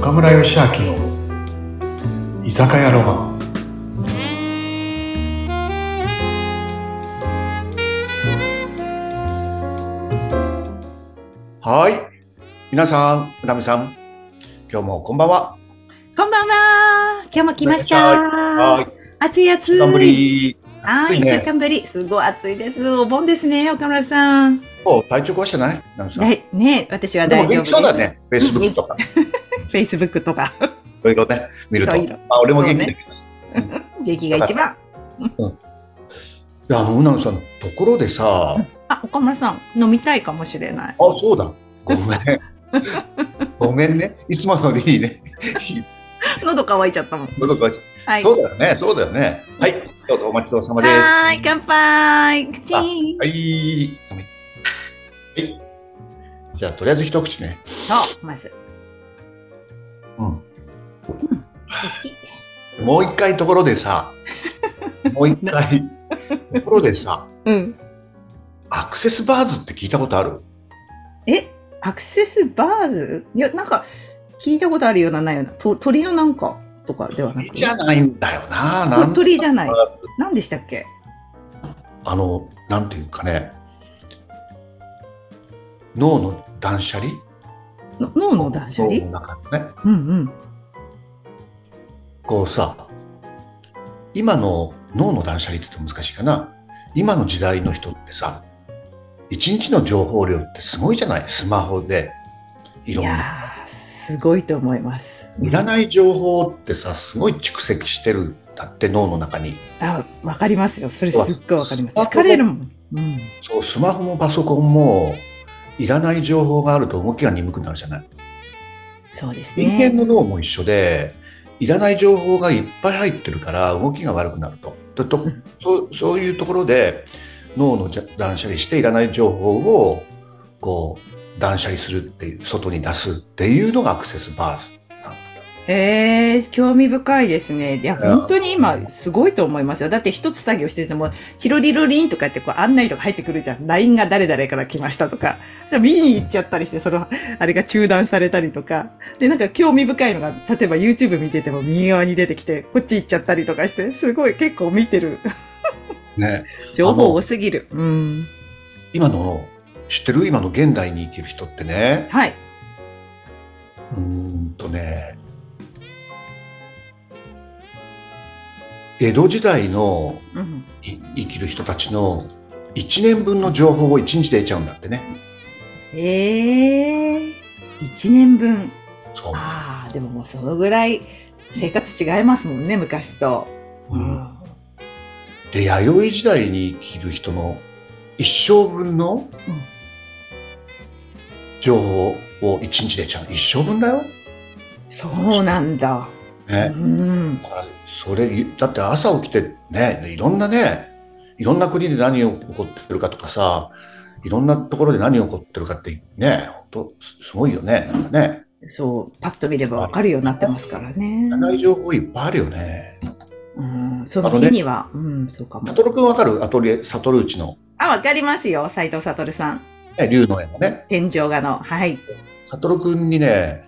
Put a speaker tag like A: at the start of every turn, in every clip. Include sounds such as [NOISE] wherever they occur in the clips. A: 岡村義明の居酒屋ロマン
B: はい。皆さん、うなみさん、今日もこんばんは。
C: こんばんは。今日も来ました。
B: い。
C: 暑い暑い。
B: 一週間ぶり。
C: あ
B: 暑
C: ー
B: い
C: 一、
B: ね
C: 週間ぶり。すごい暑いです。お盆ですね、岡村さん。
B: お体調壊してないなみさ
C: だ
B: ん。
C: いね、私は
B: でも
C: 大丈
B: 元
C: 夫で
B: 気
C: す。
B: そうだ。ね。フェイスブックとか、
C: フェイスブックとか。
B: いろいろね、見ると。
C: いろいろ
B: あ、俺も元気だけど。
C: 元気が一番。
B: いやあの、うなみさん、ところでさ、あ、
C: あ、岡村さん、飲みたいかもしれない。
B: そうだ。ごめん。ごめんね。いつものでいいね。
C: 喉乾いちゃったもん。
B: 喉乾いちゃ
C: は
B: う
C: い。
B: そうだよね。そうだよね。はい。どうぞお待ちどうさまです。
C: はーい、乾杯。口。チ
B: はい。はい。じゃあ、とりあえず一口ね。
C: ーンと、まず。
B: うん。
C: 美味しい。
B: もう一回ところで
C: [LAUGHS]
B: さ、もう一回ところでさ、
C: うん。
B: アクセスバーズって聞いたことある
C: え、アクセスバーズいや、なんか、聞いたことあるような、ないような。と鳥のなんかとかではなく。
B: じゃないんだよな。なん
C: 鳥じゃない。何でしたっけ
B: あの、なんていうかね、脳の断捨離
C: の脳の断捨離
B: 脳の中のね、
C: うんうん。
B: こうさ、今の脳の断捨離って言って難しいかな。今の時代の人ってさ、一日の情報量ってすごいじゃないスマホで、い
C: い
B: ろんな。
C: やー、すごいと思います。
B: いらない情報ってさ、すごい蓄積してるんだって脳の中に。
C: あ、わかりますよ。それすっごいわかります。
B: そう
C: 疲れるもん。うん。
B: そう、スマホもパソコンも、いらない情報があると動きが鈍くなるじゃない。
C: そうです
B: 人間
C: ね。
B: の脳も一緒で、いらない情報がいっぱい入ってるから動きが悪くなると。だと
C: うん
B: そうそういうところで脳のじゃ断捨離していらない情報をこう断捨離するっていう外に出すっていうのがアクセスバースなんだ
C: えー、興味深いですね。いや、本当に今、すごいと思いますよ。だって一つ作業してても、チロリロリンとかやってこう案内とか入ってくるじゃん。LINE が誰々から来ましたとか。で見に行っちゃったりして、その、あれが中断されたりとか。で、なんか興味深いのが、例えば YouTube 見てても右側に出てきて、こっち行っちゃったりとかして、すごい結構見てる。
B: ね。
C: 情報多すぎる。うん。
B: 今の知ってる今の現代に生きる人ってね
C: はい。
B: うーんとね江戸時代の
C: うん。
B: い生きる人たちの1年分の情報を1日で得ちゃうんだってね
C: ええ一年分。
B: そう、
C: ああ、でももうそのぐらい生活違いますもんね、昔と。
B: うん、で弥生時代に生きる人の一生分の
C: うん
B: 情報を1日で得ちゃう一生分だよ、
C: そうなんだ。う
B: ね、
C: ん。
B: だからそれだって朝起きてねいろんなねいろんな国で何が起こってるかとかさいろんなところで何が起こってるかってねほんとすすごいよねなんかね
C: そう、パッと見ればわかるようになってますからね
B: いら。ない情報いっぱいあるよね
C: うん、その日には、うん、そうかも。
B: 悟君わかるアトリエ悟内の、
C: あ、わかりますよ、斎藤悟さん。
B: ね、龍の絵のね
C: 天井画の。はい。
B: 悟君にね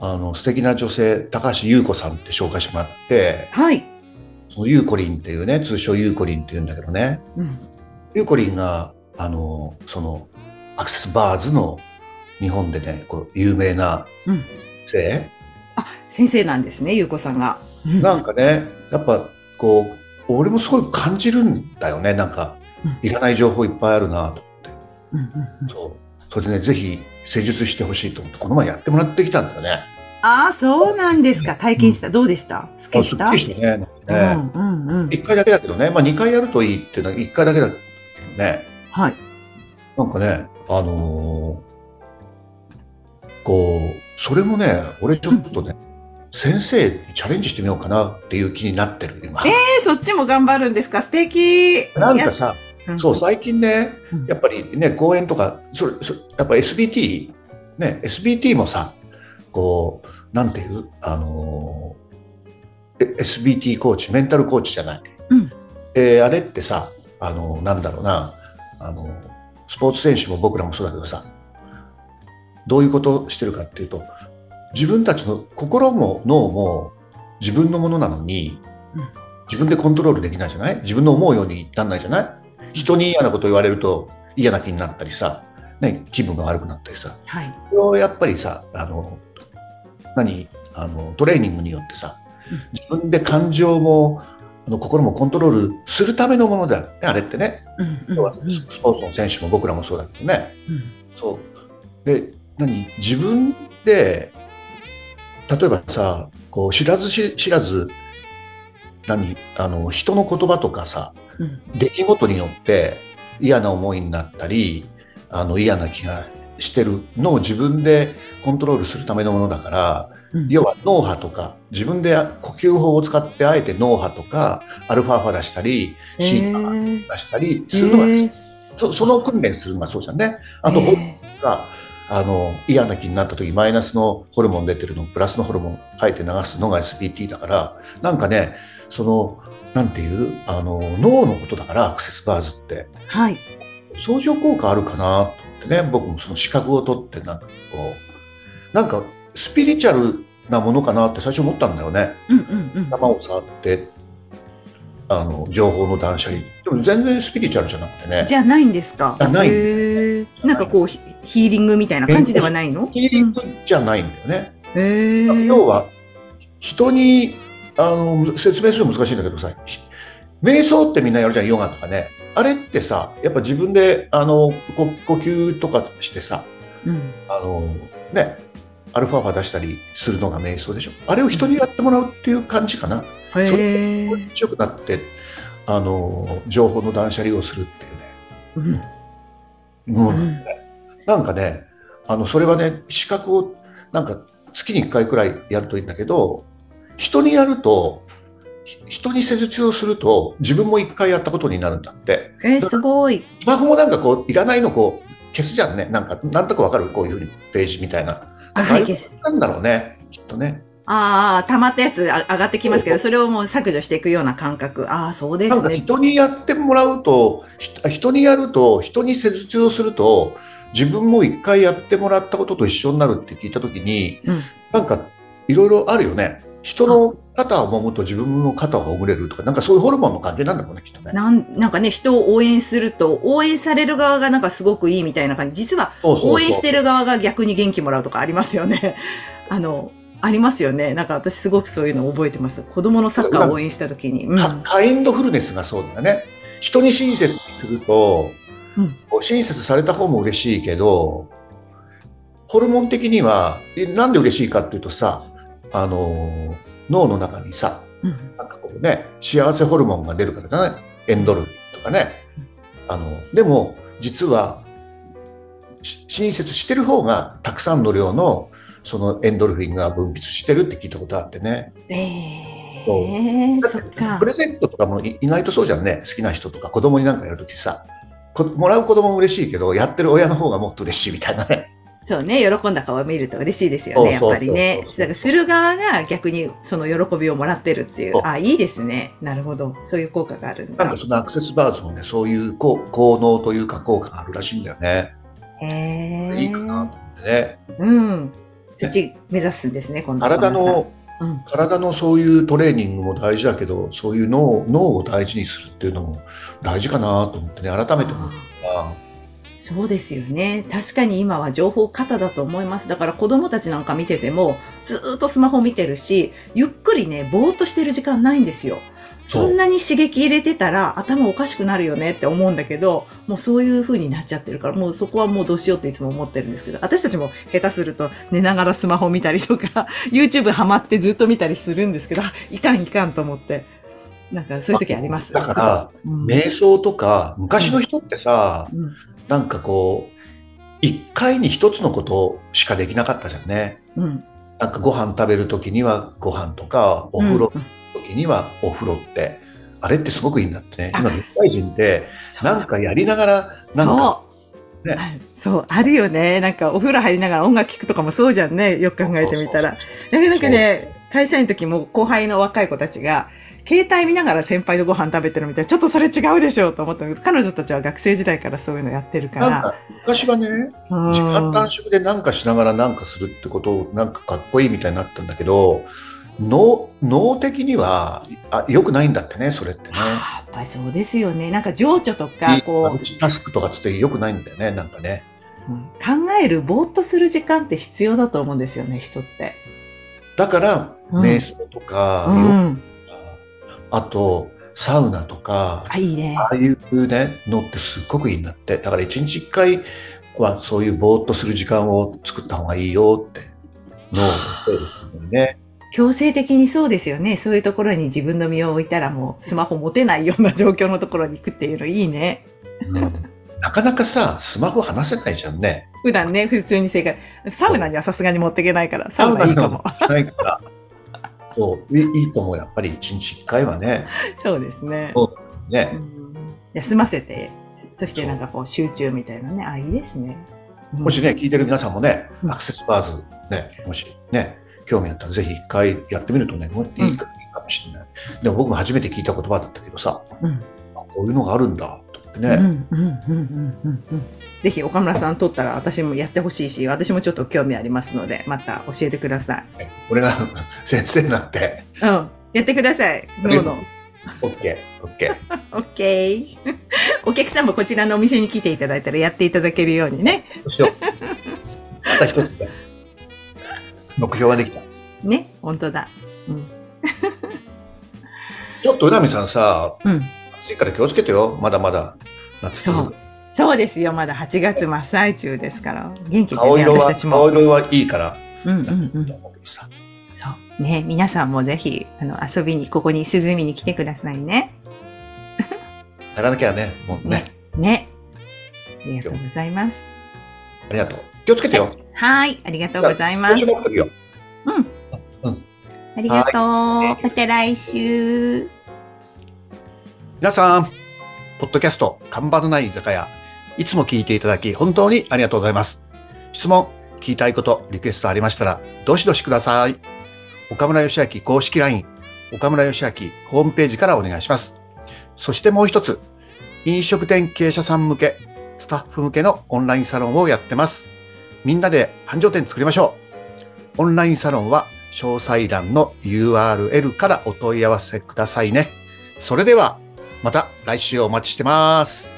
B: あの素敵な女性高橋優子さんって紹介してもらって
C: はい。
B: その優子りんっていうね通称優子りんっていうんだけどね
C: うん。
B: ゆうこりんが、あの、その、アクセスバーズの日本でね、こう、有名な
C: うん
B: 生、
C: あ、先生なんですね、ゆうこさんが。うん
B: なんかね、やっぱ、こう、俺もすごい感じるんだよね、なんか
C: うん、
B: いらない情報いっぱいあるなと
C: うんうんうん
B: そう。それでね、ぜひ、施術してほしいと思って、この前やってもらってきたんだよね。
C: ああ、そうなんですか。体験した。どうでしたすっきりし
B: あ
C: た
B: すっきりしてね。なん
C: う
B: かね
C: んうんうん。
B: 一回だけだけどね、まあ二回やるといいっていうのは一回だけだけどね、
C: はい。
B: なんかね、あのーこう、それもね、俺ちょっとね、先生にチャレンジしてみようかなっていう気になってる、今。
C: えー、そっちも頑張るんですか素敵
B: なんかさ、
C: や
B: そう、最近ね
C: うん、
B: やっぱりね、講演とか、それ、それやっぱ SBT、ね、SBT もさ、こう、なんていう、あのーえ SBT コーチ、メンタルコーチじゃない。
C: うん
B: であれってさ、あのーなんだろうな、あのースポーツ選手も僕らもそうだけどさ、どういうことをしてるかっていうと、自分たちの心も脳も自分のものなのに
C: うん、
B: 自分でコントロールできないじゃない自分の思うようになんないじゃない人に嫌なこと言われると嫌な気になったりさ、ね、気分が悪くなったりさ。
C: はい。
B: それをやっぱりさ、あの、何あの、トレーニングによってさ
C: うん、
B: 自分で感情も、あの心もコントロールするためのものだよね、あれってね。
C: うんうん
B: 要はススポーツの選手も僕らもそうだけどね。
C: うん
B: そう。で、何自分で、例えばさ、こう、知らずし知らず、何あの、人の言葉とかさ、
C: うん
B: 出来事によって嫌な思いになったり、あの、嫌な気がしてるのを自分でコントロールするためのものだから、
C: うん
B: 要は脳波とか、自分で呼吸法を使ってあえて脳波とか、アルファ波出したり、シータ
C: へ
B: 出したり
C: え
B: するのが、
C: へえ
B: そその訓練するのがそうじゃんね。あと、
C: へえ
B: があの嫌な気になった時マイナスのホルモン出てるのプラスのホルモンあえて流すのが SPT だからなんかねそのなんていうあの脳のことだからアクセスバーズって
C: はい。
B: 相乗効果あるかなと思ってね僕もその資格を取ってなんかこうなんかスピリチュアルなものかなって最初思ったんだよね
C: うんうんうん。
B: 頭を触ってあの情報の断捨離でも全然スピリチュアルじゃなくてね
C: じゃないんですか。
B: あない
C: へえなんかこうヒヒーリングみたいな感じではないの？
B: ヒーリングじゃないんだよね、
C: へえ
B: 要は人にあの説明するの難しいんだけどさひ瞑想ってみんなやるじゃんヨガとかねあれってさやっぱ自分であのこ呼吸とかしてさ
C: うん
B: あのねアルファ波出したりするのが瞑想でしょあれを人にやってもらうっていう感じかな
C: へ
B: そ
C: え
B: 強くなってあの情報の断捨離をするっていうね
C: うん
B: もう
C: うん
B: なんかね、あのそれはね、資格をなんか月に1回くらいやるといいんだけど、人にやると、ひ人に施術をすると、自分も1回やったことになるんだって。
C: えーすごい。
B: スマホもなんかこう、いらないのこう、消すじゃんね。なんか、なんとかわかるこういうふうに、ページみたいな。
C: あ
B: なんかあ
C: はい
B: れ
C: 消す
B: なんだろうね、きっとね。
C: あー溜まったやつあ上がってきますけど、それをもう削除していくような感覚。ああそうで
B: なん
C: す
B: か
C: ね。
B: 人にやってもらうと、ひ人にやると、人に施術をすると、自分も1回やってもらったことと一緒になるって聞いたときに、
C: うん
B: なんかいろいろあるよね。人の肩を揉むと自分の肩をほぐれるとか、なんかそういうホルモンの関係なんだもんね、きっとね。
C: なんなんかね人を応援すると応援される側がなんかすごくいいみたいな感じ。実は応援して
B: る。
C: る側が逆に元気もらうとかありますよね。 [LAUGHS] あの、ありますよね。なんか私すごくそういうの覚えてます。子供のサッカーを応援した時に。うん。
B: カカインドフルネスがそうだよね。人に親切すると、
C: うん
B: 親切された方も嬉しいけど、ホルモン的には、えなんで嬉しいかっていうとさ、あのー脳の中にさ、
C: うん
B: なんかこうね、幸せホルモンが出るからじゃないエンドルフィンとかね。あの、でも、実は、し親切してる方が、たくさんの量の、そのエンドルフィンが分泌してるって聞いたことあってね。
C: え
B: そう
C: ー、
B: だ
C: そ
B: て
C: っか
B: プ。レゼントとかもい意外とそうじゃんね。好きな人とか子供になんかやるときさ。こもらう子供も嬉しいけど、やってる親の方がもっと嬉しいみたいな
C: [LAUGHS]
B: ね。
C: そうね。喜んだ顔を見ると嬉しいですよね。やっ
B: そうそう
C: ぱり
B: そ
C: ね
B: うそう。そう
C: だからする側が逆にその喜びをもらってるっていう
B: そう。
C: あ、いいですね。なるほど。そういう効果があるん
B: なん
C: だ
B: か。そのアクセスバーズもね、そういうこう効能というか効果があるらしいんだよね。
C: へえー。
B: いいかなと思ってね。
C: うん。そっち目指すんですね、今度は
B: 体の、
C: うん
B: 体のそういうトレーニングも大事だけどそういう脳脳を大事にするっていうのも大事かなと思ってね改めて思っ
C: あー
B: た
C: そうですよね。確かに今は情報過多だと思います。だから子供たちなんか見てても、ずーっとスマホ見てるし、ゆっくりね、ぼーっとしてる時間ないんですよ。
B: そう
C: そんなに刺激入れてたら頭おかしくなるよねって思うんだけど、もうそういう風になっちゃってるから、もうそこはもうどうしようっていつも思ってるんですけど、私たちも下手すると寝ながらスマホ見たりとか、YouTube [LAUGHS] ハマってずっと見たりするんですけど、あいかんいかんと思って。なんかそういう時あります。
B: だから
C: うん、
B: 瞑想とか昔の人ってさ、
C: うん
B: なんかこう1回に1つのことしかできなかったじゃんね
C: うん。
B: なんかご飯食べる時にはご飯とかお風呂の時にはお風呂って、あれってすごくいいんだってね
C: あ
B: 今現代人って
C: そう
B: なんかやりながらなんか
C: そう、
B: ね
C: あそう、あるよね。なんかお風呂入りながら音楽聴くとかもそうじゃんね。よく考えてみたら。だけどなんかね、会社員の時も後輩の若い子たちが、携帯見ながら先輩とご飯食べてるみたいな、ちょっとそれ違うでしょうと思ったの彼女たちは学生時代からそういうのやってるか
B: なん
C: ら。
B: か昔はね、
C: うん
B: 時間短縮で何かしながら何かするってことをなんかかっこいいみたいになったんだけど脳脳的にはあ良くないんだってねそれってね。
C: あーやっぱりそうですよね。なんか情緒とか、
B: マ
C: こ
B: ルチタスクとかつって良くないんだよねなんかね。
C: う、うん考える、ぼーっとする時間って必要だと思うんですよね、人って。
B: だから
C: うん
B: 瞑想とか、
C: う
B: ヨガ
C: ん。
B: とかあとサウナとか
C: あ、いいね。
B: ああいうねのってすっごくいいんだってだから一日一回はそういうぼーっとする時間を作った方がいいよって脳を教えてくれるのにね。
C: 強制的にそうですよね。そういうところに自分の身を置いたらもうスマホ持てないような状況のところに行くっていうのいいね。
B: なかなかさ、スマホ離せないじゃんね。
C: 普段ね、普通に生活。サウナにはさすがに持っていけないから、サウナいいかも。。
B: ないから。そう、いいいいと思う。やっぱり一日一回はね。
C: そうですね。う
B: ね。
C: ん休ませて、そしてなんかこう集中みたいなね。あ、いいですね。うん
B: もしね、聞いてる皆さんもね
C: う、ん
B: アクセスバーズ、ね、もしね、興味あったらぜひ一回やってみるとね、もういいか,、
C: うん
B: いいかもしれない。でも僕も初めて聞いた言葉だったけどさ、
C: うん
B: あこういうのがあるんだ、と思ってね。
C: うんうんうんうんうんうんぜひ岡村さん撮ったら私もやってほしいし、私もちょっと興味ありますので、また教えてください。
B: 俺が [LAUGHS] 先生になって、
C: うん。やってください。脳の。
B: OK、OK。
C: オッケー。お客さんもこちらのお店に来ていただいたらやっていただけるようにね。
B: そうしよう。また一つね目標ができた。
C: ね、本当だ。
B: ちょっと宇波さんさ、
C: うん。
B: 暑いから気をつけてよ。まだまだ夏続く。
C: そうですよ。まだ8月真っ最中ですから。元気で
B: 顔
C: ね、
B: 色
C: 私
B: は
C: たちも
B: 顔。色はいいから。
C: うんうん
B: なん
C: う
B: だと
C: ん。
B: 思うけどさ
C: そう。ね、皆さんもぜひ、あの、遊びに、ここに涼みに来てくださいね。
B: やらなきゃね、もうね。
C: ね。ありがとうございます。
B: ありがとう。気をつけてよ。
C: はい。ありがとうございます
B: 調。子乗ってるよ。
C: ありがとう。また来週。
B: 皆さん、ポッドキャスト、看板のない居酒屋、いつも聞いていただき、本当にありがとうございます。質問、聞きたいこと、リクエストありましたら、どしどしください。岡村義明公式 LINE、岡村義明ホームページからお願いします。そしてもう一つ、飲食店経営者さん向け、スタッフ向けのオンラインサロンをやってます。みんなで繁盛店作りましょう。オンラインサロンは、詳細欄の URL からお問い合わせくださいね。それでは、また来週お待ちしてます。